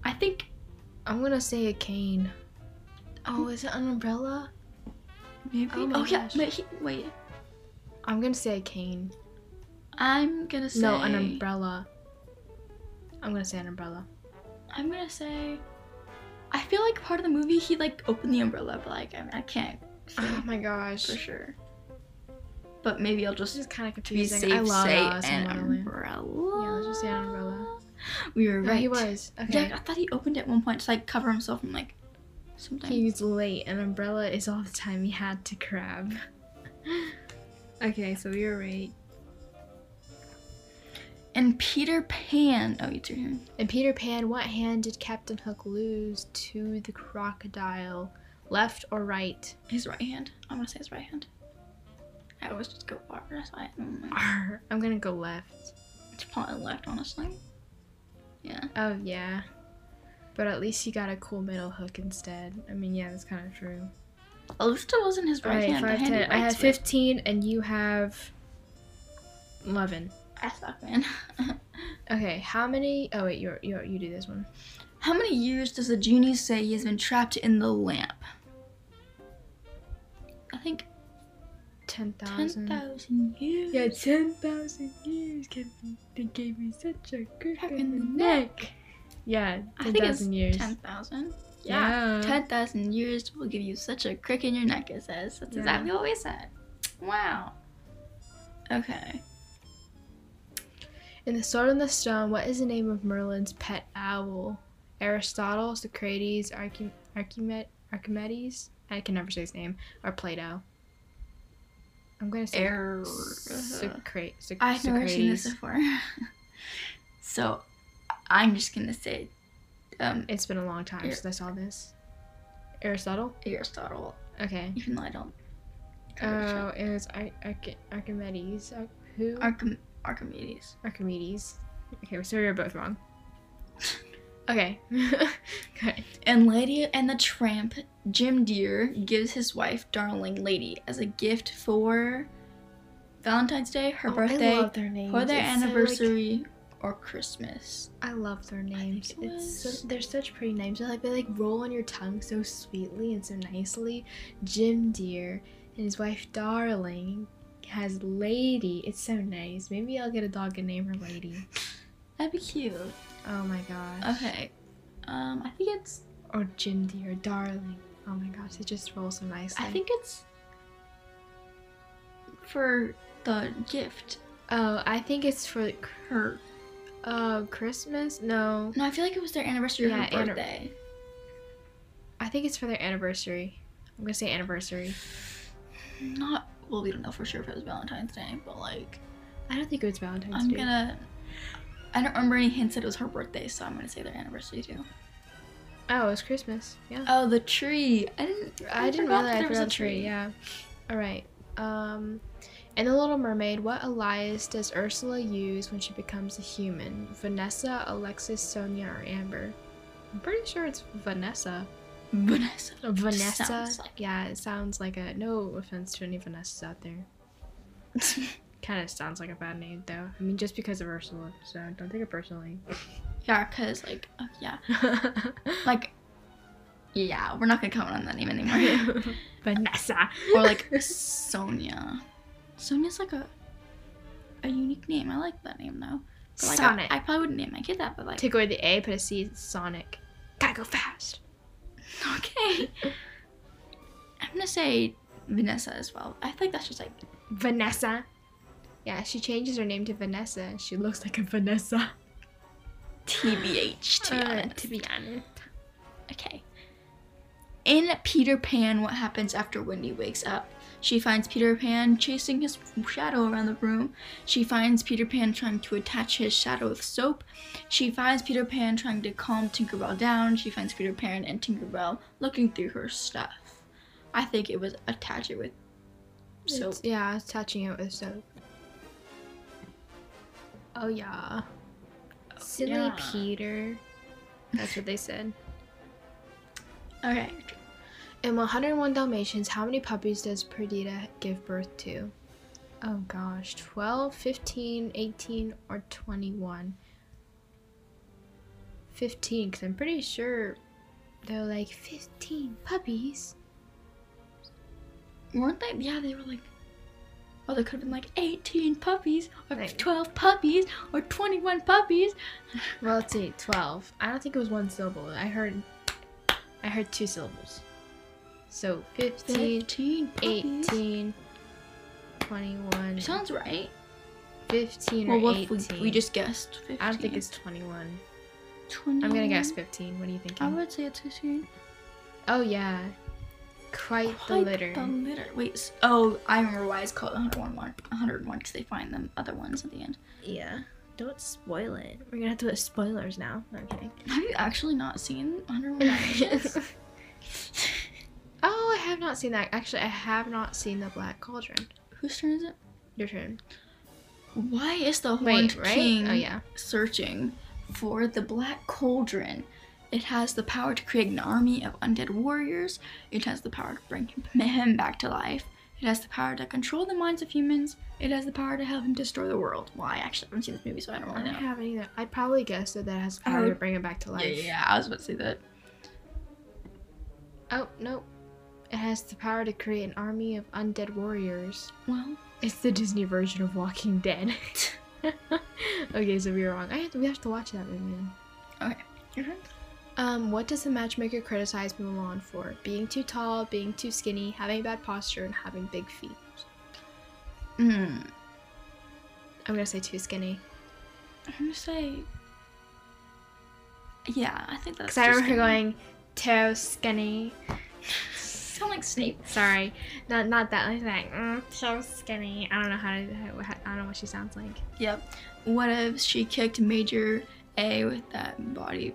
[SPEAKER 2] I think.
[SPEAKER 3] I'm gonna say a cane. Oh, is it an umbrella?
[SPEAKER 2] Maybe.
[SPEAKER 3] Oh
[SPEAKER 2] Oh,
[SPEAKER 3] my
[SPEAKER 2] yeah.
[SPEAKER 3] gosh.
[SPEAKER 2] But he, wait.
[SPEAKER 3] I'm gonna say a cane.
[SPEAKER 2] I'm gonna say.
[SPEAKER 3] No, an umbrella. I'm gonna say an umbrella.
[SPEAKER 2] I'm gonna say. I feel like part of the movie he like opened the umbrella, but like I, mean, I can't say
[SPEAKER 3] Oh my
[SPEAKER 2] for
[SPEAKER 3] gosh.
[SPEAKER 2] sure. But maybe I'll
[SPEAKER 3] This
[SPEAKER 2] just
[SPEAKER 3] is kind of
[SPEAKER 2] to be
[SPEAKER 3] confusing.
[SPEAKER 2] safe
[SPEAKER 3] I love
[SPEAKER 2] say
[SPEAKER 3] Alice in
[SPEAKER 2] an
[SPEAKER 3] Wonderland.
[SPEAKER 2] umbrella.
[SPEAKER 3] Yeah, let's just say an umbrella.
[SPEAKER 2] We were
[SPEAKER 3] No,
[SPEAKER 2] right.
[SPEAKER 3] Oh, he was. Okay.
[SPEAKER 2] Yeah, I thought he opened it at one point to like cover himself from like something.
[SPEAKER 3] He's late. An umbrella is all the time he had to grab. <laughs> okay, so we were right.
[SPEAKER 2] And Peter Pan. Oh, you your hand.
[SPEAKER 3] In Peter Pan, what hand did Captain Hook lose to the crocodile? Left or right? <laughs>
[SPEAKER 2] His right hand. I'm gonna say his right hand. I always just go far. That's why I don't know.
[SPEAKER 3] Arr, I'm gonna go left.
[SPEAKER 2] It's probably left, honestly. Yeah.
[SPEAKER 3] Oh yeah. But at least he got a cool middle hook instead. I mean, yeah, that's kind of true.
[SPEAKER 2] Alusta wasn't his right,
[SPEAKER 3] Alright,
[SPEAKER 2] hand.
[SPEAKER 3] five,
[SPEAKER 2] they had
[SPEAKER 3] ten.
[SPEAKER 2] it
[SPEAKER 3] I
[SPEAKER 2] right
[SPEAKER 3] have
[SPEAKER 2] to it.
[SPEAKER 3] 15, and you have 11.
[SPEAKER 2] I suck, man. <laughs>
[SPEAKER 3] Okay, how many? Oh wait, you you you do this one.
[SPEAKER 2] How many years does the genie say he has been trapped in the lamp? I think
[SPEAKER 3] Ten
[SPEAKER 2] ten
[SPEAKER 3] thousand.
[SPEAKER 2] thousand years.
[SPEAKER 3] Yeah, ten thousand years can be. They gave me such a grip
[SPEAKER 2] Crack
[SPEAKER 3] in,
[SPEAKER 2] in
[SPEAKER 3] the
[SPEAKER 2] the
[SPEAKER 3] neck. Yeah,
[SPEAKER 2] I
[SPEAKER 3] ten
[SPEAKER 2] think it's
[SPEAKER 3] thousand years. Uh-huh.
[SPEAKER 2] ten thousand.
[SPEAKER 3] yeah.
[SPEAKER 2] Ten thousand years will give you such a crick in your neck. It says that's
[SPEAKER 3] Yeah.
[SPEAKER 2] exactly what we said. Wow. Okay.
[SPEAKER 3] In the Sword and the Stone, what is the name of Merlin's pet owl? Aristotle, Socrates, Archim- Archimed- Archimedes. I can never say his name. Or Plato. I'm gonna say
[SPEAKER 2] Error.
[SPEAKER 3] Socra- Soc-
[SPEAKER 2] Uh-huh. I've never seen this
[SPEAKER 3] Socrates.
[SPEAKER 2] before. <laughs> so I'm just gonna say um
[SPEAKER 3] It's been a long time
[SPEAKER 2] Ar-
[SPEAKER 3] since I saw this. Aristotle.
[SPEAKER 2] Aristotle,
[SPEAKER 3] Okay.
[SPEAKER 2] even though I don't
[SPEAKER 3] Oh,
[SPEAKER 2] Arch-
[SPEAKER 3] it was Ar- Arch- Archimedes. Ar- who?
[SPEAKER 4] Uh,
[SPEAKER 2] Archim- Archimedes.
[SPEAKER 3] Archimedes. Okay, so we were
[SPEAKER 2] <laughs>
[SPEAKER 3] both wrong. Okay. <laughs> okay.
[SPEAKER 2] And Lady and the Tramp, Jim Deere gives his wife, darling Lady, as a gift for Valentine's Day, her
[SPEAKER 4] Oh, I
[SPEAKER 2] birthday,
[SPEAKER 4] love their names.
[SPEAKER 2] for their
[SPEAKER 4] It's so, like,
[SPEAKER 2] anniversary, or Christmas.
[SPEAKER 3] I love their names.
[SPEAKER 2] it
[SPEAKER 3] It's
[SPEAKER 2] was-
[SPEAKER 3] so, they're such pretty names. They're like they like roll on your tongue so sweetly and so nicely. Jim dear and his wife darling has lady. It's so nice. Maybe I'll get a dog and name her lady.
[SPEAKER 2] That'd be cute.
[SPEAKER 3] Oh my gosh.
[SPEAKER 2] Okay. Um, I think it's
[SPEAKER 3] Or Jim dear darling. Oh my gosh, it just rolls so nicely.
[SPEAKER 2] I think it's for the gift.
[SPEAKER 3] Oh, I think it's for
[SPEAKER 2] Her
[SPEAKER 3] uh Christmas. No,
[SPEAKER 2] No, I feel like it was their anniversary or
[SPEAKER 3] Yeah,
[SPEAKER 2] her
[SPEAKER 3] anni-
[SPEAKER 2] birthday.
[SPEAKER 3] I think it's for their anniversary. I'm gonna say anniversary.
[SPEAKER 2] Not well, we don't know for sure if it was Valentine's Day, but like
[SPEAKER 3] I don't think it was Valentine's
[SPEAKER 2] I'm
[SPEAKER 3] Day.
[SPEAKER 2] gonna I don't remember any hints that it was her birthday, so I'm gonna say their anniversary too.
[SPEAKER 3] Oh, it was Christmas. Yeah.
[SPEAKER 2] Oh, the tree. <laughs> I didn't
[SPEAKER 3] I didn't
[SPEAKER 2] forgot
[SPEAKER 3] realize
[SPEAKER 2] that
[SPEAKER 3] I forgot the tree. Yeah. All right. Um, in The Little Mermaid, what Elias does Ursula use when she becomes a human? Vanessa, Alexis, Sonia, or Amber? I'm pretty sure it's Vanessa.
[SPEAKER 2] Vanessa.
[SPEAKER 3] Oh, Vanessa.
[SPEAKER 2] Sounds like-
[SPEAKER 3] yeah, it sounds like a. No offense to any Vanessas out there. Kind of sounds like a bad name though. I mean, just because of Ursula, so don't take it personally.
[SPEAKER 2] yeah, cause like oh, yeah. Like yeah, we're not gonna comment on that name anymore.
[SPEAKER 3] <laughs> Vanessa.
[SPEAKER 2] or
[SPEAKER 3] <laughs>
[SPEAKER 2] like Sonia. Sonia's like a a unique name. I like that name though. But, like, I-
[SPEAKER 3] Sonic.
[SPEAKER 2] I, probably wouldn't name my kid that, but like
[SPEAKER 3] Take away the A, put a C. It's Sonic. Gotta go fast.
[SPEAKER 2] <laughs> Okay. I'm gonna say Vanessa as well. I think that's just like
[SPEAKER 3] Vanessa. Yeah, she changes her name to Vanessa. She looks like a Vanessa.
[SPEAKER 2] TBH to
[SPEAKER 3] Uh,
[SPEAKER 2] be honest.
[SPEAKER 3] <laughs> to be honest.
[SPEAKER 2] Okay. In Peter Pan, what happens after Wendy wakes up? She finds Peter Pan chasing his shadow around the room. She finds Peter Pan trying to attach his shadow with soap. She finds Peter Pan trying to calm Tinkerbell down. She finds Peter Pan and Tinkerbell looking through her stuff. I think it was attach it with
[SPEAKER 3] So
[SPEAKER 2] soap.
[SPEAKER 3] yeah, I was touching it with soap. Oh yeah. Silly
[SPEAKER 2] yeah.
[SPEAKER 3] Peter. That's what they said.
[SPEAKER 2] Okay.
[SPEAKER 3] In 101 Dalmatians, how many puppies does Perdita give birth to? Oh gosh, 12, 15, 18, or 21? 15, because I'm pretty sure they're like 15 puppies.
[SPEAKER 2] weren't they? Yeah, they were like, oh, there could have been like 18 puppies, or
[SPEAKER 3] Like-
[SPEAKER 2] 12 puppies, or 21 puppies.
[SPEAKER 3] Well, let's see, 12. I don't think it was one syllable. I heard, I heard two syllables. So 15,
[SPEAKER 2] 15 puppies.
[SPEAKER 3] 18, 21,
[SPEAKER 2] Sounds right.
[SPEAKER 3] 15,
[SPEAKER 2] Well,
[SPEAKER 3] or
[SPEAKER 2] what if
[SPEAKER 3] 18.
[SPEAKER 2] we, we just guessed 15.
[SPEAKER 3] I don't think it's 21.
[SPEAKER 2] 20.
[SPEAKER 3] I'm gonna guess 15. What do you think?
[SPEAKER 2] I would say it's 15.
[SPEAKER 3] Oh yeah, quite, the
[SPEAKER 2] Quite
[SPEAKER 3] litter.
[SPEAKER 2] The litter. Wait, s- oh, I remember why it's called 101 one- 101 because they find them other ones at the end.
[SPEAKER 4] Yeah. Don't spoil it. We're gonna have to put spoilers now. No, I'm kidding.
[SPEAKER 2] Have you actually not seen 101 Dalmatians?
[SPEAKER 3] <laughs> oh, I have not seen that. Actually, I have not seen the Black Cauldron.
[SPEAKER 2] Whose turn is it?
[SPEAKER 3] Your turn.
[SPEAKER 2] Why is the
[SPEAKER 3] Wait,
[SPEAKER 2] Horned
[SPEAKER 3] right?
[SPEAKER 2] King
[SPEAKER 3] Oh yeah.
[SPEAKER 2] searching for the Black Cauldron. It has the power to create an army of undead warriors. It has the power to bring him back to life. It has the power to control the minds of humans. It has the power to help him destroy the world. Well, I actually haven't seen this movie, so I don't
[SPEAKER 3] I
[SPEAKER 2] really
[SPEAKER 3] don't
[SPEAKER 2] know.
[SPEAKER 3] have any. That I probably guessed that that has the
[SPEAKER 2] I
[SPEAKER 3] power to
[SPEAKER 4] Oh.
[SPEAKER 2] would-
[SPEAKER 3] bring him back to life.
[SPEAKER 2] <laughs> Yeah, yeah, yeah, I was about to say that.
[SPEAKER 3] Oh no, it has the power to create an army of undead warriors.
[SPEAKER 2] Well,
[SPEAKER 3] It's the Disney version of Walking
[SPEAKER 4] <laughs>
[SPEAKER 3] Dead. <laughs> okay, so we were wrong. I have to, we have to watch that movie. Then. Um, what does the matchmaker criticize Mulan for? Being too tall, being too skinny, having bad posture, and having big feet.
[SPEAKER 2] mm,
[SPEAKER 3] I'm gonna say too skinny.
[SPEAKER 2] I'm gonna say. Yeah, I think that's.
[SPEAKER 3] Because I
[SPEAKER 2] just
[SPEAKER 3] remember
[SPEAKER 2] gonna-
[SPEAKER 3] going too skinny.
[SPEAKER 2] Sound like Snape.
[SPEAKER 3] Sorry, not not that. Like, like mm, so skinny. I don't know how to. How, how- I don't know what she sounds like. <laughs>
[SPEAKER 2] Yep. What if she kicked Major A with that body?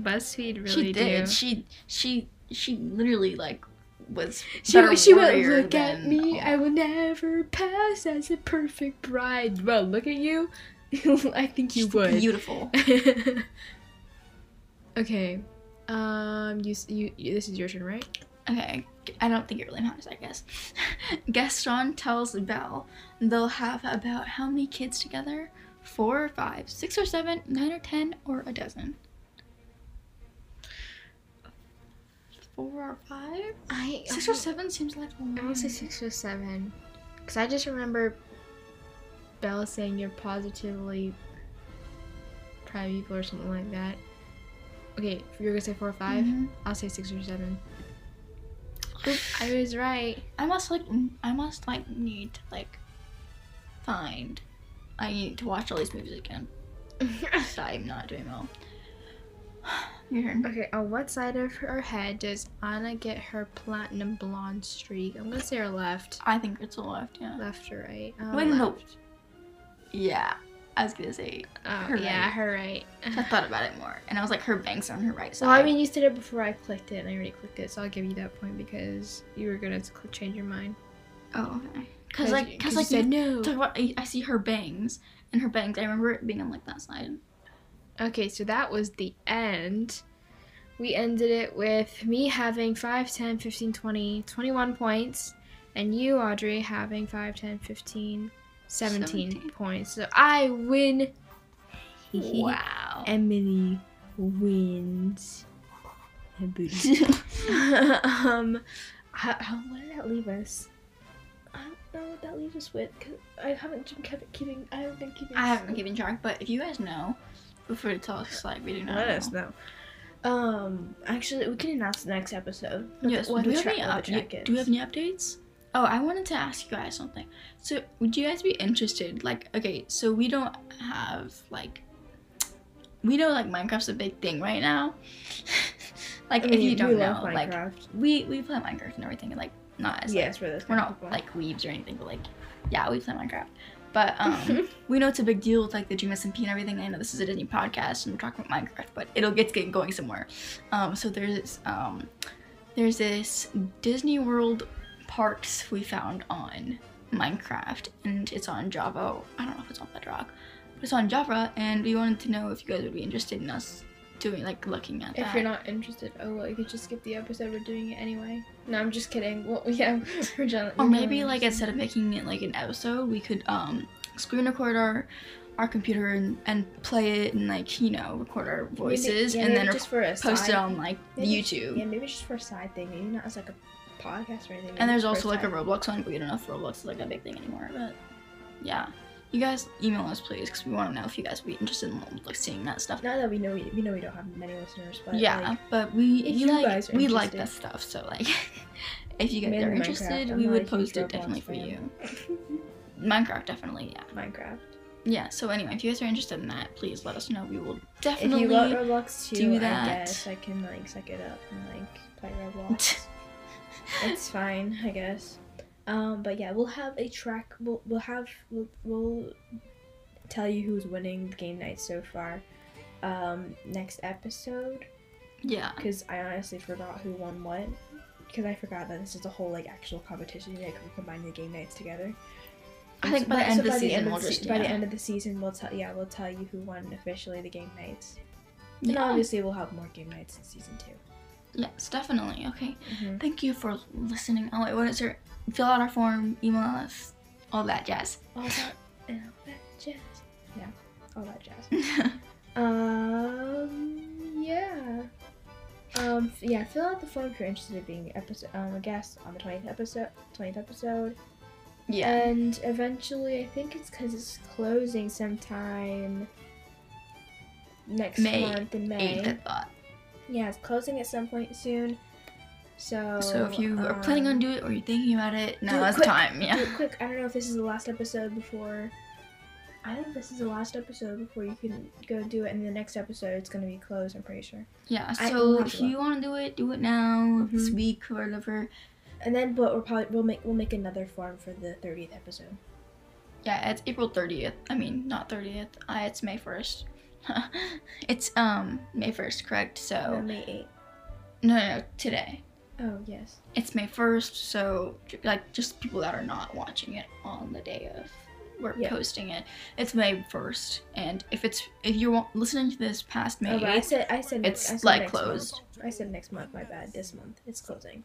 [SPEAKER 3] BuzzFeed really
[SPEAKER 2] she did. She she she literally like was.
[SPEAKER 3] She,
[SPEAKER 2] better
[SPEAKER 3] she went,
[SPEAKER 2] warrior Oh.
[SPEAKER 3] look at
[SPEAKER 2] than
[SPEAKER 3] me,
[SPEAKER 2] all."
[SPEAKER 3] I will never pass as a perfect bride. Well, look at you. <laughs> I think you
[SPEAKER 2] She's
[SPEAKER 3] would.
[SPEAKER 2] Beautiful.
[SPEAKER 3] <laughs> okay. Um, you, s- you, you, this is your turn, right?
[SPEAKER 2] Okay, I don't think it really matters. I guess. <laughs> Gaston tells Belle they'll have about how many kids together? Four or five, six or seven, nine or ten, or a dozen. Four or five?
[SPEAKER 3] I
[SPEAKER 2] Six or seven seems like a lot.
[SPEAKER 3] I want to say six or seven, because I just remember Bella saying you're positively primeval or something like that. Okay, you're gonna say four or 5
[SPEAKER 2] Mhm.
[SPEAKER 3] I'll say six or seven. Oop, I was right.
[SPEAKER 2] <laughs> I must like m- I must like need to like find I need to watch all these movies again. So I'm not doing well. <sighs> Your turn.
[SPEAKER 3] Okay, on what side of her head does Anna get her platinum blonde streak? I'm gonna say her left.
[SPEAKER 2] I think it's a left, yeah.
[SPEAKER 3] Left or right? Um,
[SPEAKER 2] Wait, no.
[SPEAKER 3] left.
[SPEAKER 2] Yeah. I was gonna say
[SPEAKER 3] Oh,
[SPEAKER 2] Her
[SPEAKER 3] yeah,
[SPEAKER 2] right.
[SPEAKER 3] her right. <laughs>
[SPEAKER 2] I thought about it more. And I was like her banks on her right side.
[SPEAKER 3] Well, I mean, you said it before I clicked it, and I already clicked it, so I'll give you that point because you were gonna cl- change your mind.
[SPEAKER 2] Oh okay. Cause like cause,
[SPEAKER 3] you
[SPEAKER 2] like you
[SPEAKER 3] said no.
[SPEAKER 2] talk about I, I see her bangs and her bangs I remember it being on like that side.
[SPEAKER 3] Okay, so that was the end. We ended it with me having 5, 10, 15, 20, 21 points, and you, Audrey, having 5, 10, 15, 17,
[SPEAKER 2] 17.
[SPEAKER 3] points. So I win.
[SPEAKER 2] wow.
[SPEAKER 3] Emily wins.
[SPEAKER 2] <laughs>
[SPEAKER 3] um, how, how, what did that leave us?
[SPEAKER 4] I don't know what that leaves us with because I haven't been kept keeping. I haven't been keeping.
[SPEAKER 2] I haven't given track, but if you guys know, feel free to tell us like we do not
[SPEAKER 4] Let
[SPEAKER 2] know.
[SPEAKER 4] us know. Um, actually, we can announce the next episode. what the-
[SPEAKER 2] Yes.
[SPEAKER 4] what
[SPEAKER 2] do, we
[SPEAKER 4] the
[SPEAKER 2] have
[SPEAKER 4] track-
[SPEAKER 2] any
[SPEAKER 4] what the
[SPEAKER 2] up-
[SPEAKER 4] track
[SPEAKER 2] do we
[SPEAKER 4] is.
[SPEAKER 2] have any updates? Oh, I wanted to ask you guys something. So, would you guys be interested? Like, okay, so we don't have like, we know like Minecraft's a big thing right now. <laughs> like,
[SPEAKER 4] I
[SPEAKER 2] if
[SPEAKER 4] mean,
[SPEAKER 2] you don't
[SPEAKER 4] we
[SPEAKER 2] know,
[SPEAKER 4] love
[SPEAKER 2] like,
[SPEAKER 4] Minecraft.
[SPEAKER 2] we we play Minecraft and everything, and like, not as like,
[SPEAKER 4] yes, we're those.
[SPEAKER 2] we're
[SPEAKER 4] kind of people.
[SPEAKER 2] not like weebs or anything, but like, yeah, we play Minecraft. But
[SPEAKER 3] <laughs>
[SPEAKER 2] um, we know it's a big deal with like the Dream SMP and everything. I know this is a Disney podcast and we're talking about Minecraft, but it'll get getting going somewhere. Um, so there's this, um, there's this Disney World parks we found on Minecraft, and it's on Java. I don't know if it's on Bedrock, but it's on Java, and we wanted to know if you guys would be interested in us doing like looking at
[SPEAKER 3] If
[SPEAKER 2] that.
[SPEAKER 3] you're not interested, oh well, you could just skip the episode. We're doing it anyway. No, I'm just kidding.
[SPEAKER 4] <laughs>
[SPEAKER 3] Well, yeah, we're done.
[SPEAKER 2] or maybe like instead of making it like an episode we could um screen record our our computer and, and play it and like you know record our
[SPEAKER 4] Maybe-
[SPEAKER 2] voices
[SPEAKER 4] yeah,
[SPEAKER 2] and
[SPEAKER 4] maybe
[SPEAKER 2] then
[SPEAKER 4] just for a
[SPEAKER 2] post
[SPEAKER 4] side,
[SPEAKER 2] it on like
[SPEAKER 4] maybe-
[SPEAKER 2] youtube
[SPEAKER 4] Yeah, maybe just for a side thing. Maybe not as like a podcast or anything.
[SPEAKER 2] and
[SPEAKER 4] maybe
[SPEAKER 2] there's
[SPEAKER 4] for
[SPEAKER 2] also like a
[SPEAKER 4] side-
[SPEAKER 2] roblox one but we don't know if roblox is like a big thing anymore but yeah you guys email us please because we want to know if you guys would be interested in like seeing that stuff
[SPEAKER 4] Not that we know, we know we don't have many listeners, but
[SPEAKER 2] yeah
[SPEAKER 4] like,
[SPEAKER 2] but we
[SPEAKER 4] if
[SPEAKER 2] we
[SPEAKER 4] you
[SPEAKER 2] like
[SPEAKER 4] guys are
[SPEAKER 2] we like that
[SPEAKER 4] interested.
[SPEAKER 2] stuff so like <laughs> if you guys
[SPEAKER 4] Mainly
[SPEAKER 2] are
[SPEAKER 4] Minecraft.
[SPEAKER 2] interested
[SPEAKER 4] I'm
[SPEAKER 2] we
[SPEAKER 4] not a
[SPEAKER 2] would
[SPEAKER 4] huge
[SPEAKER 2] post it
[SPEAKER 4] Roblox
[SPEAKER 2] definitely for
[SPEAKER 4] fan.
[SPEAKER 2] you
[SPEAKER 4] <laughs>
[SPEAKER 2] minecraft definitely yeah
[SPEAKER 4] Minecraft.
[SPEAKER 2] Yeah, so anyway, if you guys are interested in that, please let us know. We will
[SPEAKER 4] If
[SPEAKER 2] definitely
[SPEAKER 4] you want Roblox too,
[SPEAKER 2] do
[SPEAKER 4] I
[SPEAKER 2] that.
[SPEAKER 4] guess I can like suck it up and like play
[SPEAKER 2] <laughs>
[SPEAKER 4] Roblox. it's fine, I guess. Um, but yeah, we'll have a track. We'll we'll have we'll, we'll tell you who's winning the game night so far. Um, next episode
[SPEAKER 2] Yeah.
[SPEAKER 4] because I honestly forgot who won what. Because I forgot that this is a whole like actual competition. Like we're combining the game nights together.
[SPEAKER 2] I think by the
[SPEAKER 4] So
[SPEAKER 2] end of the
[SPEAKER 4] by
[SPEAKER 2] season
[SPEAKER 4] end
[SPEAKER 2] we'll
[SPEAKER 4] of the
[SPEAKER 2] just
[SPEAKER 4] se- by
[SPEAKER 2] yeah.
[SPEAKER 4] the end of the season we'll tell yeah we'll tell you who won officially the game nights.
[SPEAKER 3] And
[SPEAKER 2] Yeah.
[SPEAKER 3] obviously, we'll have more game nights in season 2
[SPEAKER 2] Yes, definitely. Okay.
[SPEAKER 3] Mm-hmm.
[SPEAKER 2] Thank you for listening. Oh wait, what is your fill out our form, email us, all that jazz. <laughs>
[SPEAKER 3] All <laughs> that, and all that jazz. Yeah, all that jazz. Um. Yeah. Um. f- Yeah. Fill out the form if you're interested in being episode um, a guest on the twentieth episode. Twentieth episode.
[SPEAKER 2] yeah.
[SPEAKER 3] And eventually, I think it's because it's closing sometime next
[SPEAKER 2] May
[SPEAKER 3] month in May.
[SPEAKER 2] Eighth, I thought.
[SPEAKER 3] Yeah, it's closing at some point soon. So.
[SPEAKER 2] So if you are planning on
[SPEAKER 3] um,
[SPEAKER 2] doing it or you're thinking about it,
[SPEAKER 3] do
[SPEAKER 2] now
[SPEAKER 3] it
[SPEAKER 2] is the
[SPEAKER 3] quick.
[SPEAKER 2] time. Yeah.
[SPEAKER 3] do it quick. I don't know if this is the last episode before. I think this is the last episode before you can go do it, and the next episode it's gonna be closed. I'm pretty sure.
[SPEAKER 2] Yeah.
[SPEAKER 3] I-
[SPEAKER 2] So
[SPEAKER 3] we'll have
[SPEAKER 2] if
[SPEAKER 3] to look.
[SPEAKER 2] you want to do it, do it now this
[SPEAKER 3] Mhm.
[SPEAKER 2] week or whatever.
[SPEAKER 3] And then, but we'll probably we'll make we'll make another form for the thirtieth episode.
[SPEAKER 2] Yeah, it's April 30th. I mean, not 30th. Uh, it's May 1st. <laughs> it's um May 1st, correct?
[SPEAKER 3] Oh,
[SPEAKER 2] So
[SPEAKER 3] May eighth.
[SPEAKER 2] no, no, no, today.
[SPEAKER 3] Oh yes.
[SPEAKER 2] It's May 1st, so like just people that are not watching it on the day of we're
[SPEAKER 3] Yeah.
[SPEAKER 2] posting it. It's May 1st, and if it's if you're wa- listening to this past May
[SPEAKER 3] oh, but I
[SPEAKER 2] 8th,
[SPEAKER 3] said I said
[SPEAKER 2] it's
[SPEAKER 3] I said
[SPEAKER 2] like
[SPEAKER 3] next month.
[SPEAKER 2] closed.
[SPEAKER 3] I said next month. My bad. This month it's closing.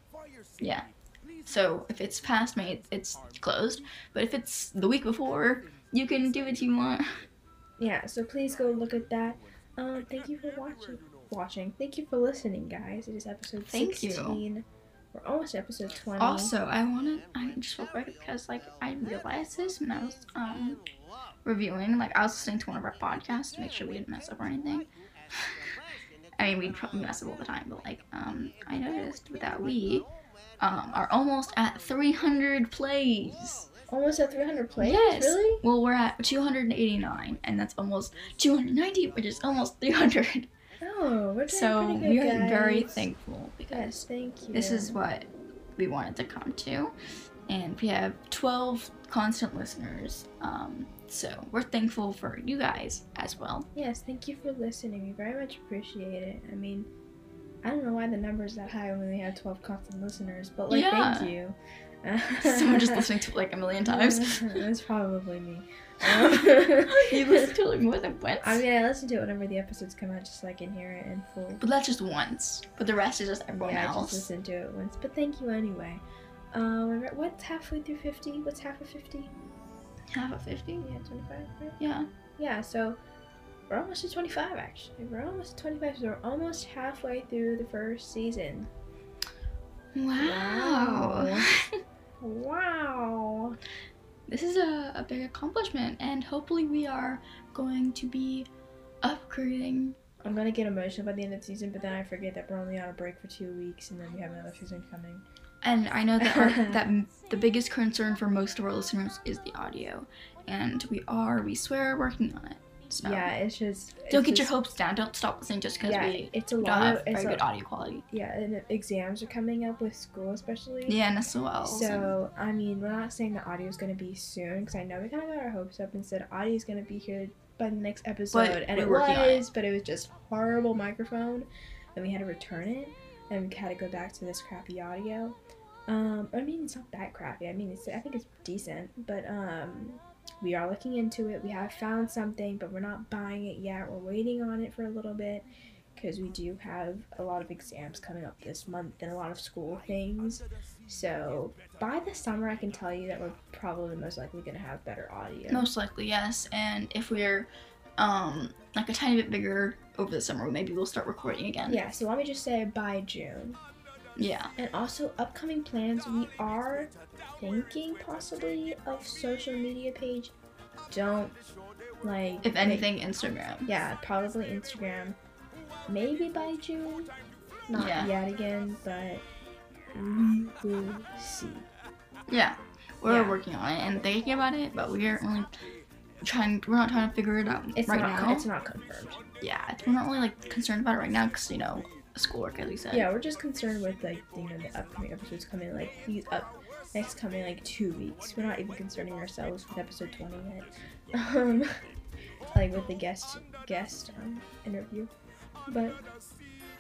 [SPEAKER 2] yeah. So if it's past May, it's, it's closed. But if it's the week before, you can do what you want.
[SPEAKER 3] Yeah. So please go look at that. Um, thank you for watching. Watching. Thank you for listening, guys. It is episode
[SPEAKER 2] Thank you.
[SPEAKER 3] sixteen. We're almost at episode twenty.
[SPEAKER 2] Also, I wanna I just real quick because like I realized this when I was um reviewing, like I was listening to one of our podcasts to make sure we didn't mess up or anything. <laughs> I mean we probably mess up all the time, but like um I noticed that we um are almost at three hundred plays.
[SPEAKER 3] Almost at three hundred plays.
[SPEAKER 2] Yes.
[SPEAKER 3] Really?
[SPEAKER 2] Well we're at two hundred and eighty nine and that's almost two hundred and ninety, which is almost three hundred.
[SPEAKER 3] Oh, we're doing
[SPEAKER 2] So
[SPEAKER 3] pretty good,
[SPEAKER 2] we are
[SPEAKER 3] guys.
[SPEAKER 2] very thankful because
[SPEAKER 3] Yes, thank you.
[SPEAKER 2] this is what we wanted to come to and we have 12 constant listeners um, so we're thankful for you guys as well <laughs>
[SPEAKER 3] Yes, thank you for listening. We very much appreciate it. I mean, I don't know why the number's that high when we have 12 constant listeners, but like,
[SPEAKER 2] Yeah.
[SPEAKER 3] thank you.
[SPEAKER 2] someone
[SPEAKER 3] <laughs>
[SPEAKER 2] just listening to it like a million times
[SPEAKER 3] That's probably me.
[SPEAKER 2] <laughs>
[SPEAKER 3] Um,
[SPEAKER 2] you listen to it like more than once
[SPEAKER 3] Oh, I mean, I listen to it whenever the episodes come out, just so I can hear it in full.
[SPEAKER 2] but that's just once but the rest is just everyone
[SPEAKER 3] yeah, I
[SPEAKER 2] else
[SPEAKER 3] just listened to it once, but thank you anyway. Um, what's halfway through 50? What's half of 50?
[SPEAKER 2] half of 50
[SPEAKER 3] Yeah, 25, right?
[SPEAKER 2] yeah
[SPEAKER 3] Yeah, so we're almost at 25 actually. We're almost at 25, so we're almost halfway through the first season.
[SPEAKER 2] wow,
[SPEAKER 3] Wow. Wow.
[SPEAKER 2] this is a, a big accomplishment and hopefully we are going to be upgrading
[SPEAKER 3] I'm gonna get emotional by the end of the season, but then I forget that we're only on a break for two weeks, and then we have another season coming.
[SPEAKER 2] And I know that our,
[SPEAKER 3] <laughs>
[SPEAKER 2] that m- the biggest concern for most of our listeners is the audio, and we are, we swear, working on it. So
[SPEAKER 3] Yeah, it's just
[SPEAKER 2] Oh. don't
[SPEAKER 3] it's
[SPEAKER 2] get your
[SPEAKER 3] just-
[SPEAKER 2] hopes down. Don't stop listening just because
[SPEAKER 3] Yeah,
[SPEAKER 2] we
[SPEAKER 3] it's a
[SPEAKER 2] don't
[SPEAKER 3] lot.
[SPEAKER 2] have
[SPEAKER 3] Of, it's
[SPEAKER 2] very
[SPEAKER 3] a,
[SPEAKER 2] good audio quality.
[SPEAKER 3] yeah, and the exams are coming up with school, especially.
[SPEAKER 2] Yeah, and SOLs. So
[SPEAKER 3] So I mean, we're not saying the audio is gonna be soon, because I know we kind of got our hopes up and said audio is gonna be here by the next episode, and
[SPEAKER 2] we're
[SPEAKER 3] it
[SPEAKER 2] working on it.
[SPEAKER 3] was, but it was just horrible microphone, and we had to return it, and we had to go back to this crappy audio. Um, I mean, it's not that crappy. I mean, it's I think it's decent, but um, we are looking into it. We have found something, but we're not buying it yet. We're waiting on it for a little bit. Because we do have a lot of exams coming up this month and a lot of school things. So by the summer, I can tell you that we're probably most likely gonna have better audio.
[SPEAKER 2] most likely yes. And if we're um like a tiny bit bigger over the summer, maybe we'll start recording again.
[SPEAKER 3] Yeah. So let me just say by June.
[SPEAKER 2] Yeah.
[SPEAKER 3] And also upcoming plans, we are thinking possibly of social media page. Don't like
[SPEAKER 2] If anything, Instagram.
[SPEAKER 3] yeah, probably Instagram. Maybe by June. Not
[SPEAKER 2] Yeah.
[SPEAKER 3] yet again, but we will see.
[SPEAKER 2] Yeah. We're
[SPEAKER 3] Yeah.
[SPEAKER 2] working on it and thinking about it, but we are only trying. We're not trying to figure it out
[SPEAKER 3] It's
[SPEAKER 2] right
[SPEAKER 3] not
[SPEAKER 2] now.
[SPEAKER 3] it's not confirmed.
[SPEAKER 2] yeah, it's- we're not really like concerned about it right now because you know schoolwork, as we said.
[SPEAKER 3] Yeah, we're just concerned with like you know the upcoming episodes coming like these up next coming like two weeks. We're not even concerning ourselves with episode twenty yet, um, <laughs> like with the guest guest um, interview. But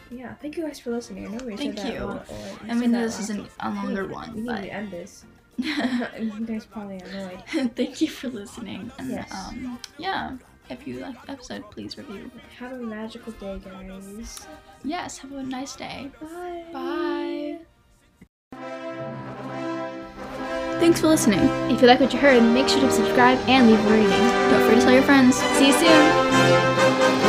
[SPEAKER 3] yeah, thank you guys for listening. I know we
[SPEAKER 2] Thank
[SPEAKER 3] said that
[SPEAKER 2] you.
[SPEAKER 3] a lot. or we
[SPEAKER 2] I
[SPEAKER 3] said
[SPEAKER 2] mean,
[SPEAKER 3] that
[SPEAKER 2] this is
[SPEAKER 3] last-
[SPEAKER 2] an, a longer
[SPEAKER 3] we, We
[SPEAKER 2] one,
[SPEAKER 3] need
[SPEAKER 2] but <laughs>
[SPEAKER 3] <laughs> to end this. <laughs> you guys probably annoyed.
[SPEAKER 2] thank you for listening. And,
[SPEAKER 3] Yes.
[SPEAKER 2] um, yeah, If you liked the episode, please review.
[SPEAKER 3] Have a magical day, guys.
[SPEAKER 2] Yes, have a nice day.
[SPEAKER 3] Bye.
[SPEAKER 2] Bye. Thanks for listening.
[SPEAKER 5] If you like what you heard, make sure to subscribe and leave a rating.
[SPEAKER 2] Don't forget to tell your friends.
[SPEAKER 5] See you soon!